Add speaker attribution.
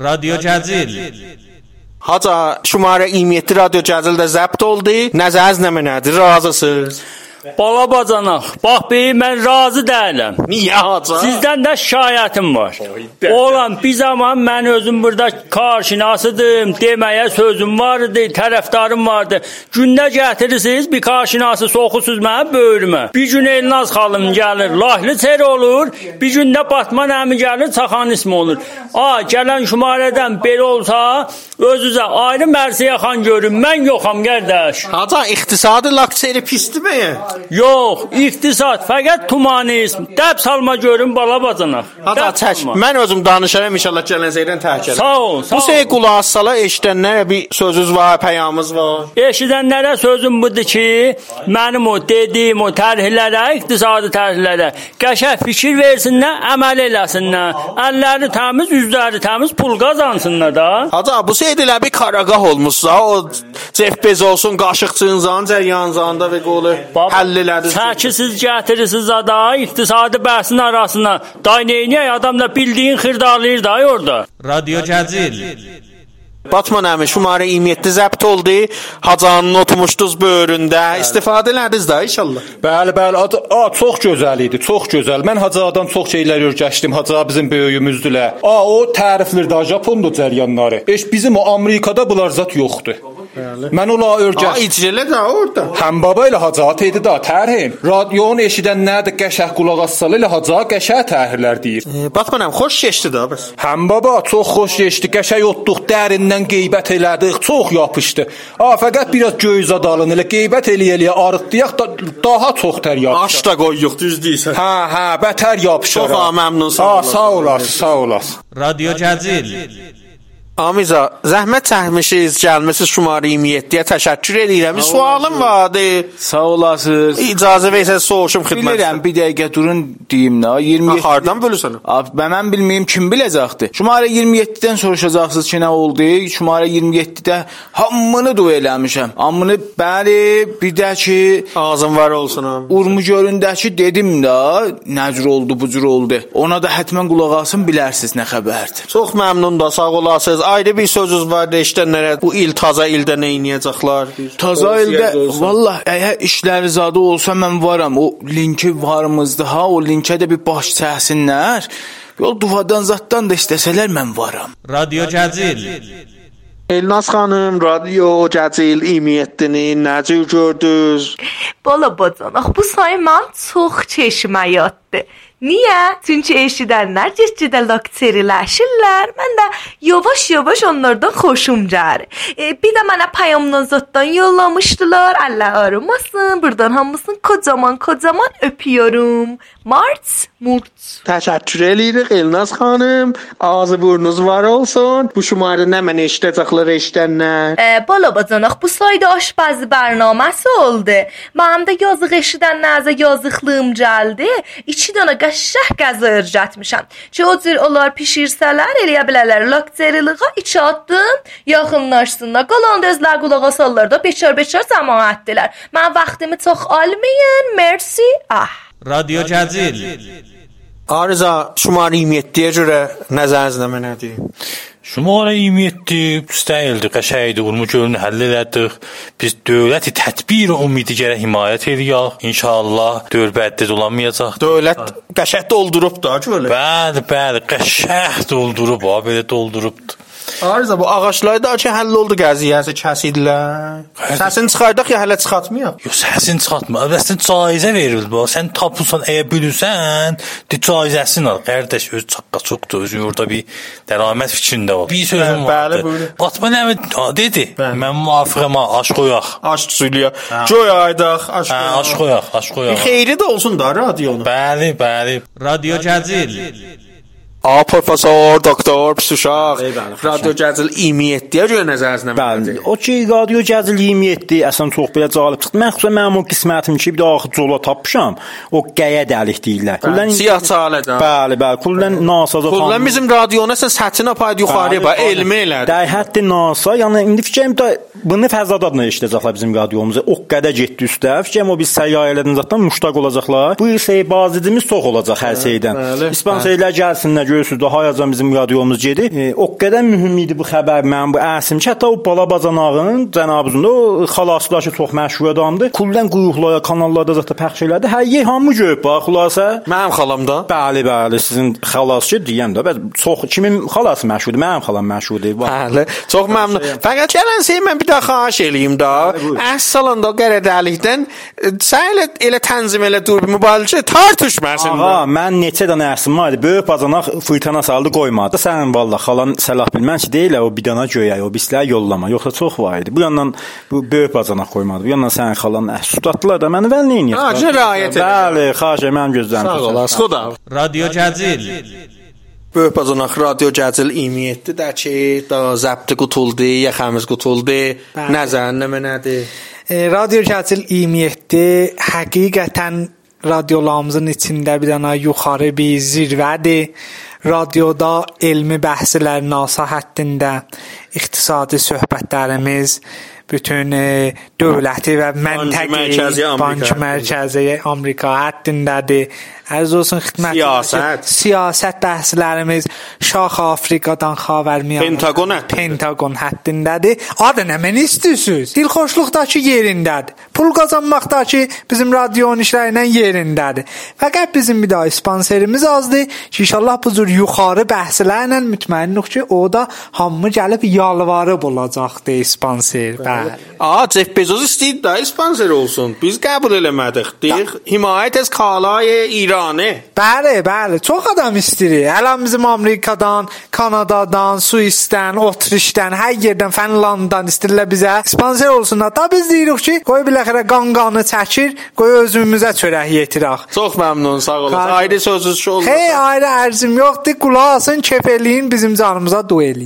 Speaker 1: رادیو جزیل
Speaker 2: Haca şumara 27 Radio Cəzildə zəbt oldu. Nəzəriz nə mənədir? Razısınız?
Speaker 3: Bala bacanaq, bax beyim mən razı deyiləm.
Speaker 2: Niyə haca?
Speaker 3: Sizdən də şikayətim var. Oğlan bir zaman mən özüm burada karşınasıdım, deməyə sözüm var idi, tərəfdarım vardı. Gündə gətirirsiniz bir karşınası soxusuz mənə böyrümə. Bir gün Elnaz xalım gəlir, Lahlı çer olur, bir gün də Batman əmi gəlir, Çaxan ismi olur. A, gələn şumarədən belə olsa, özünüzə ayrı Mərsiyə xan görün. Mən yoxam qardaş.
Speaker 2: Haca iqtisadi lakseri pisdimi?
Speaker 3: Yox, iqtisad fəqət tumanizm. Dəb salma görün bala bacana.
Speaker 2: Haca
Speaker 3: Dəb
Speaker 2: çək.
Speaker 3: salma.
Speaker 2: Mən özüm danışaram inşallah gələn zəydən təhkəl.
Speaker 3: Sağ ol, sağ
Speaker 2: Bu
Speaker 3: ol.
Speaker 2: şey qulaq asala eşidənlərə bir sözünüz var, pəyamınız var.
Speaker 3: Eşidənlərə sözüm budur ki, mənim o dediyim o tərhlərə, iqtisadi tərhlərə qəşəng fikir versinlər, əməl eləsinlər. Əlləri təmiz, üzləri təmiz pul qazansınlar da.
Speaker 2: Haca bu şey elə bir qaraqah olmuşsa, o Jeff Bezos'un qaşıqçınızın cəryanzanda və qolu həll elədi.
Speaker 3: Çəkisiz gətirirsiniz ada iqtisadi bəhsin arasına. Day neyniyək adamla bildiyin xırdalayır da orada.
Speaker 1: رادیو جزیل
Speaker 2: Batman əmi şumara 27 zəbt oldu. Hacanın oturmuşduz böyründə. İstifadə elədiniz də inşallah.
Speaker 4: Bəli, bəli. A, a, çox gözəl idi, çox gözəl. Mən Hacıadan çox şeylər öyrəşdim. Hacı bizim böyüyümüzdülər. A, o təriflər də Japondur cəryanları. Eş bizim o Amerikada bunlar zət yoxdur. Bəli. Mən ola
Speaker 2: Ha,
Speaker 4: öyrəşdim.
Speaker 2: icrələ də orada.
Speaker 4: Həm baba ilə Hacıat idi da tərhin. Radionu eşidən nədir qəşəh qulaq assalı ilə Hacı qəşəh tərhlər deyir.
Speaker 2: E, Batman əmi xoş keçdi də bəs.
Speaker 4: Həm baba çox xoş keçdi, qəşəng otduq, dərindən qeybət elədik, çox yapışdı. A, fəqət biraz göyüzə dalın elə qeybət eləyə-eləyə arıtdıyaq da daha çox tər yapışdı.
Speaker 2: Aş da qoyuq düz deyirsən.
Speaker 4: Hə, hə, bətər yapışır.
Speaker 2: Çox ha, məmnun, sağ
Speaker 4: Ha,
Speaker 2: olasın.
Speaker 4: sağ olasın, sağ olasın.
Speaker 1: رادیو جزیل
Speaker 2: Amiza, zəhmət çəkmişiz, gəlmisiniz şumara 27-yə təşəkkür edirəm. Bir sualım vardı.
Speaker 5: Sağ olasınız.
Speaker 2: İcazə versəz soruşum
Speaker 5: Bilirəm
Speaker 2: xidmətçidən.
Speaker 5: bir dəqiqə durun deyim nə. 27
Speaker 2: Hardan bölürsən?
Speaker 5: Ab, bə- mən bilməyim kim biləcəkdi. Şumarə 27-dən soruşacaqsınız ki, nə oldu? Şumarə 27-də hamını duel eləmişəm. Hamını bəli, bir də ki
Speaker 2: Ağzın var olsun. am.
Speaker 5: Urmu göründəki dedim də, nə cür oldu, bu cür oldu. Ona da hətmən qulaq asın, bilərsiz nə xəbərdir.
Speaker 2: Çox məmnun da sağ olasınız. Ayrı bir sözünüz var da işlənərə bu il taza ildə nə edəcəklər?
Speaker 5: Taza ildə vallah əgər işləri zadı olsa mən varam. O linki varımızdı ha, o linkə də bir baş çəksinlər. Yol duvadan zaddan da istəsələr mən varam.
Speaker 1: رادیو جزیل
Speaker 2: Elnaz xanım, radio Cəzil 27-ni necə gördünüz?
Speaker 6: Bala bacanaq, bu sayı mən çox çeşməyə atdı. Niyə? Çünki eşidənlər getcədə lakseriləşirlər. Mən də yavaş-yavaş onlardan xoşum gəlir. E, bir də mənə payamdan zotdan yollamışdılar. Allah arımasın. Burdan hamısını kocaman kocaman öpüyorum. Mart, Murt.
Speaker 2: Təşəkkür edirik Elnaz xanım. Ağzı burnunuz var olsun. Bu şumarı nə mən eşidəcəklər eşidənlər.
Speaker 6: E, bala bacanaq, bu sayda aşbazı bərnaməsi oldu. Mənim də yazıq eşidənlərə yazıqlığım gəldi. İki dənə qəşəh qəza örgətmişəm. Ki o cür onlar pişirsələr, eləyə bilərlər lakterilığa içə atdım, yaxınlaşsınlar. Qalan da özlər qulağa sallar da beçər-beçər cəmaətdilər. Mən vaxtımı çox almayın, mersi. Ah.
Speaker 1: رادیو جزیل
Speaker 2: Arıza şumarı 27-yə görə nəzəriniz nə mənədir?
Speaker 7: Şumara 27 müstəyildi, qəşəydi, urmu görünü həll elədik. Biz dövləti tədbir ümidi gərək himayət edəyək. İnşallah dörbəddə dolanmayacaq.
Speaker 2: Dövlət qəşət doldurub
Speaker 7: Hə,
Speaker 2: da görə.
Speaker 7: Bəli, bəli, qəşəh doldurub, ha, belə doldurubdu.
Speaker 2: Arıza bu ağaclar da ki həll oldu qəziyyəsi kəsidilər.
Speaker 7: Hə,
Speaker 2: Səsini çıxardaq ya hələ çıxartmayaq.
Speaker 7: Yox, səsin çıxartma. Əvəzən caizə verildi bu. Sən tapırsan, əgər bilirsən, de caizəsini al. Qardaş öz çaqqa çoxdur, özün orada bir dəramət fikrində ol. Bir
Speaker 2: Bəli,
Speaker 7: sözüm var.
Speaker 2: bəli, buyurun.
Speaker 7: Batman əmi ha, dedi. Mən müvafiqəm, ha, aş qoyaq.
Speaker 2: Aç suyluya. Göy aydaq, aç.
Speaker 7: Hə, aş qoyaq, aş qoyaq.
Speaker 2: Xeyri də olsun da radionun.
Speaker 7: Bəli, bəli.
Speaker 1: رادیو جزیل
Speaker 2: A professor, doktor, psixoloq, radio gəzil 27-yə görə nəzərinizdə
Speaker 8: Bəli. O ki, radio gəzil 27 əsən çox belə cəlb çıxdı. Mən xüsusən mənim o qismətim ki, bir də axı cola tapmışam. O qəyə dəlik deyirlər. Kullan
Speaker 2: Siyah çalədə.
Speaker 8: Bəli, bəli. Kullan NASA da.
Speaker 2: Kullan
Speaker 8: tanınır.
Speaker 2: bizim radiona sən sətin apardı yuxarıya bax, elmi elədi.
Speaker 8: Dəy hətta NASA, yəni indi fikrim də bunu fəzada da eşidəcəklər bizim radiomuza. O qədər getdi üstə. Fikrim o biz səyyah elədən zətdən müştaq olacaqlar. Bu il seybazidimiz çox olacaq hər şeydən.
Speaker 2: bəli.
Speaker 8: İspan seyirlər gəlsinlər, görürsüz daha yazan bizim radiomuz gedir. E, o qədər mühüm idi bu xəbər mənim bu əsim ki, hətta o bala bacanağın cənabında o xalasılaşı çox məşhur adamdır. Kullan quyuqlara, kanallarda zətə pəxş elədi. Hər yer hamı görüb bax xülasə.
Speaker 2: Mənim xalamda.
Speaker 8: Bəli, bəli, sizin xalas ki, deyəm də, bəs çox kimin xalası məşhurdur? Mənim xalam məşhurdur. Bax.
Speaker 2: Bəli, çox məmnun. Fəqət gələn şey mən bir də xahiş eləyim də. Əssalan da qərədəlikdən e, sən elə, elə tənzim elə dur mübarizə tartışmasın.
Speaker 8: Ağa, mən neçə dənə əsim var idi. Böyük bacanaq fırtına saldı qoymadı. Sən vallah xalan səlah bilmən ki, deyil o bir dənə göyə, o bislə yollama. Yoxsa çox var idi. Bu yandan bu böyük bacanaq qoymadı. Bu yandan sənin xalan əhsus tutdular da məni vəl nəyin
Speaker 2: Ha,
Speaker 8: yetdi?
Speaker 2: cə rəayət elə.
Speaker 8: Bəli, xahiş edirəm gözlərim.
Speaker 2: Sağ olas, xuda.
Speaker 1: رادیو جزیل
Speaker 2: Böyük bacanaq radio cəzil imiyyətdi də ki, da zəbti qutuldu, ya xəmiz qutuldu. Nə zənnəmə nədir?
Speaker 9: E, Radyo Katil 27 həqiqətən radyolarımızın içində bir dənə yuxarı bir zirvədir. Radioda elmi bəhslər NASA həddində, iqtisadi söhbətlərimiz, bütün e, dövləti və məntəqə
Speaker 2: mərkəzi Amerika
Speaker 9: bank
Speaker 2: həddində.
Speaker 9: mərkəzi Amerika həddindədir. Əziz olsun xidmət
Speaker 2: Siyasət.
Speaker 9: siyasət bəhslərimiz Şah Afrikadan xəbərmiyə
Speaker 2: Pentagon həddi.
Speaker 9: Pentagon həddindədir. Adı nə mən istəyirsiniz? Dilxoşluqdakı yerindədir. Pul qazanmaqdakı bizim radionun işlərindən yerindədir. Fəqət bizim bir daha sponsorimiz azdır. ki, İnşallah bu cür yuxarı bəhslərlə mütməyinuq ki, o da hamı gəlib yalvarıb olacaqdır sponsor. Bəli.
Speaker 2: Aa, Jeff Bezos istəyir də sponsor olsun. Biz qəbul eləmədik. Deyir, himayət az kalaye İranı.
Speaker 9: Bəli, bəli, çox adam istəyir. Hələ bizim Amerikadan, Kanadadan, Suisdən, Otrişdən, hər yerdən, Finlandiyadan istəyirlər bizə sponsor olsunlar. Da biz deyirik ki, qoy biləxərə qanqanı çəkir, qoy özümüzə çörək yetirək.
Speaker 2: Çox məmnun, sağ olasın.
Speaker 9: Xahiş-
Speaker 2: Ayrı sözünüz çox oldu.
Speaker 9: Hey, ayrı ərzim yoxdur, qulaq asın, kef eləyin, bizim canımıza dua eləyin.